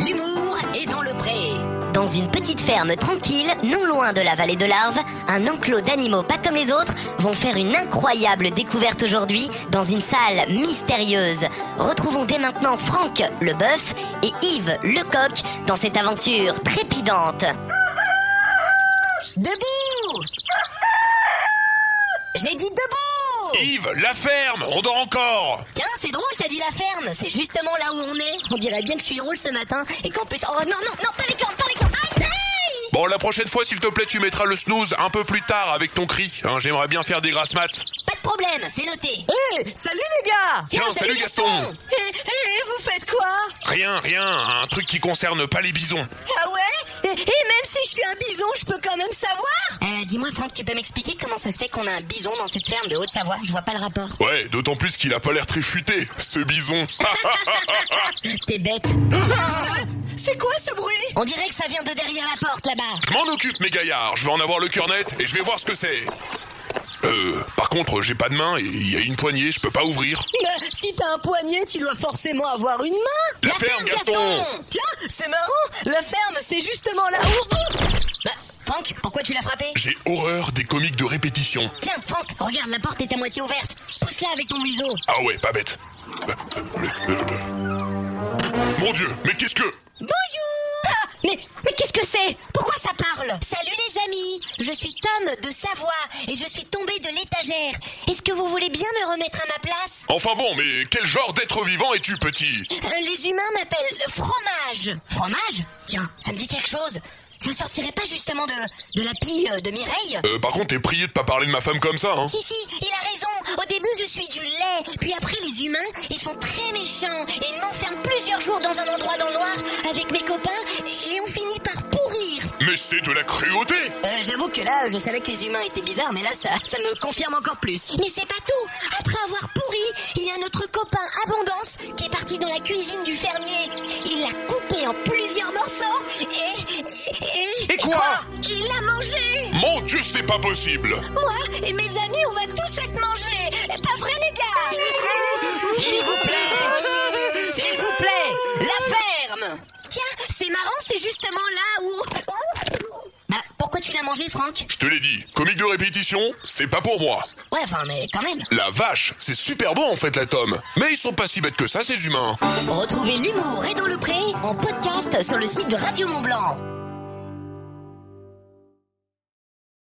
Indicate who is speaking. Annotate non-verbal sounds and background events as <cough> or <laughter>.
Speaker 1: l'humour est dans le pré. Dans une petite ferme tranquille, non loin de la vallée de l'Arve, un enclos d'animaux pas comme les autres vont faire une incroyable découverte aujourd'hui dans une salle mystérieuse. Retrouvons dès maintenant Franck le bœuf et Yves le coq dans cette aventure trépidante. Debout J'ai dit debout
Speaker 2: Yves, la ferme, on dort encore
Speaker 1: Tiens, c'est drôle, t'as dit la ferme. C'est justement là où on est. On dirait bien que je suis drôle ce matin. Et qu'en plus. Oh non, non, non, pas les cornes, pas les cornes. Aïe, aïe
Speaker 2: Bon, la prochaine fois, s'il te plaît, tu mettras le snooze un peu plus tard avec ton cri. hein, J'aimerais bien faire des grasses maths.
Speaker 1: Pas de problème, c'est noté.
Speaker 3: Hé, Eh, salut les gars
Speaker 2: Tiens, salut Gaston
Speaker 3: Hé,
Speaker 1: Eh,
Speaker 3: hé, vous faites quoi
Speaker 2: Rien, rien, un truc qui concerne pas les bisons.
Speaker 3: Ah
Speaker 1: Eh,
Speaker 3: ouais et, et même si je suis un bison, je peux quand même savoir
Speaker 1: Euh, dis-moi, Franck, tu peux m'expliquer comment ça se fait qu'on a un bison dans cette ferme de Haute-Savoie Je vois pas le
Speaker 2: <laughs>
Speaker 1: rapport.
Speaker 2: Ouais, d'autant plus qu'il a pas l'air très futé, ce bison. <laughs>
Speaker 1: T'es bête.
Speaker 2: Ah
Speaker 3: C'est quoi ce bruit
Speaker 1: On dirait que ça vient de derrière la porte là-bas.
Speaker 2: je m'en occupe, mes gaillards, je vais en avoir le cœur net et je vais voir ce que c'est. Euh, par contre, j'ai pas de main et il y a une poignée, je peux pas ouvrir.
Speaker 3: Mais Si t'as un poignet, tu dois forcément avoir une main
Speaker 2: La, ferme, Gaston
Speaker 3: Tiens, c'est marrant La ferme, c'est justement là où...
Speaker 1: Bah, Franck, pourquoi tu l'as frappé
Speaker 2: J'ai horreur des comiques de répétition.
Speaker 1: Tiens, Franck, regarde, la porte est à moitié ouverte. Pousse-la avec ton museau.
Speaker 2: Ah ouais, pas bête. Euh, Mon dieu, mais qu'est-ce que...
Speaker 1: Bonjour Ah, Mais, mais qu'est-ce que c'est Pourquoi ça parle Salut les amis, je suis Tom de Savoie et je suis tombé de l'étagère. Est-ce que vous voulez bien me remettre à ma place
Speaker 2: Enfin bon, mais quel genre d'être vivant es-tu, petit
Speaker 1: Euh, Les humains m'appellent le fromage. Fromage Tiens, ça me dit quelque chose. Ça sortirait pas justement de, de la pie euh, de Mireille
Speaker 2: euh, Par contre, t'es prié de pas parler de ma femme comme ça, hein
Speaker 1: Si, si, il a raison. Au début, je suis du lait. Puis après, les humains, ils sont très méchants. Et ils m'enferment plusieurs jours dans un endroit dans le noir avec mes copains. Et on finit par pourrir.
Speaker 2: Mais c'est de la cruauté
Speaker 1: Euh, J'avoue que là, je savais que les humains étaient bizarres, mais là, ça, ça me confirme encore plus. Mais c'est pas tout. Après avoir pourri, il y a notre copain Abondance qui est parti dans la cuisine du fermier. Il l'a coupé en plusieurs morceaux et... Et,
Speaker 2: Et quoi
Speaker 1: Il l'a mangé
Speaker 2: Mon dieu, c'est pas possible
Speaker 3: Moi et mes amis, on va tous être mangés Pas vrai les gars
Speaker 1: S'il vous plaît S'il vous plaît La ferme
Speaker 3: Tiens, c'est marrant, c'est justement là où...
Speaker 1: Bah, pourquoi tu l'as mangé, Franck
Speaker 2: Je te l'ai dit, comique de répétition, c'est pas pour moi.
Speaker 1: Ouais, enfin, mais quand même.
Speaker 2: La vache, c'est super bon en fait, la tome. Mais ils sont pas si bêtes que ça, ces humains.
Speaker 1: Retrouvez l'humour et dans le pré en podcast sur le site de Radio Mont Blanc.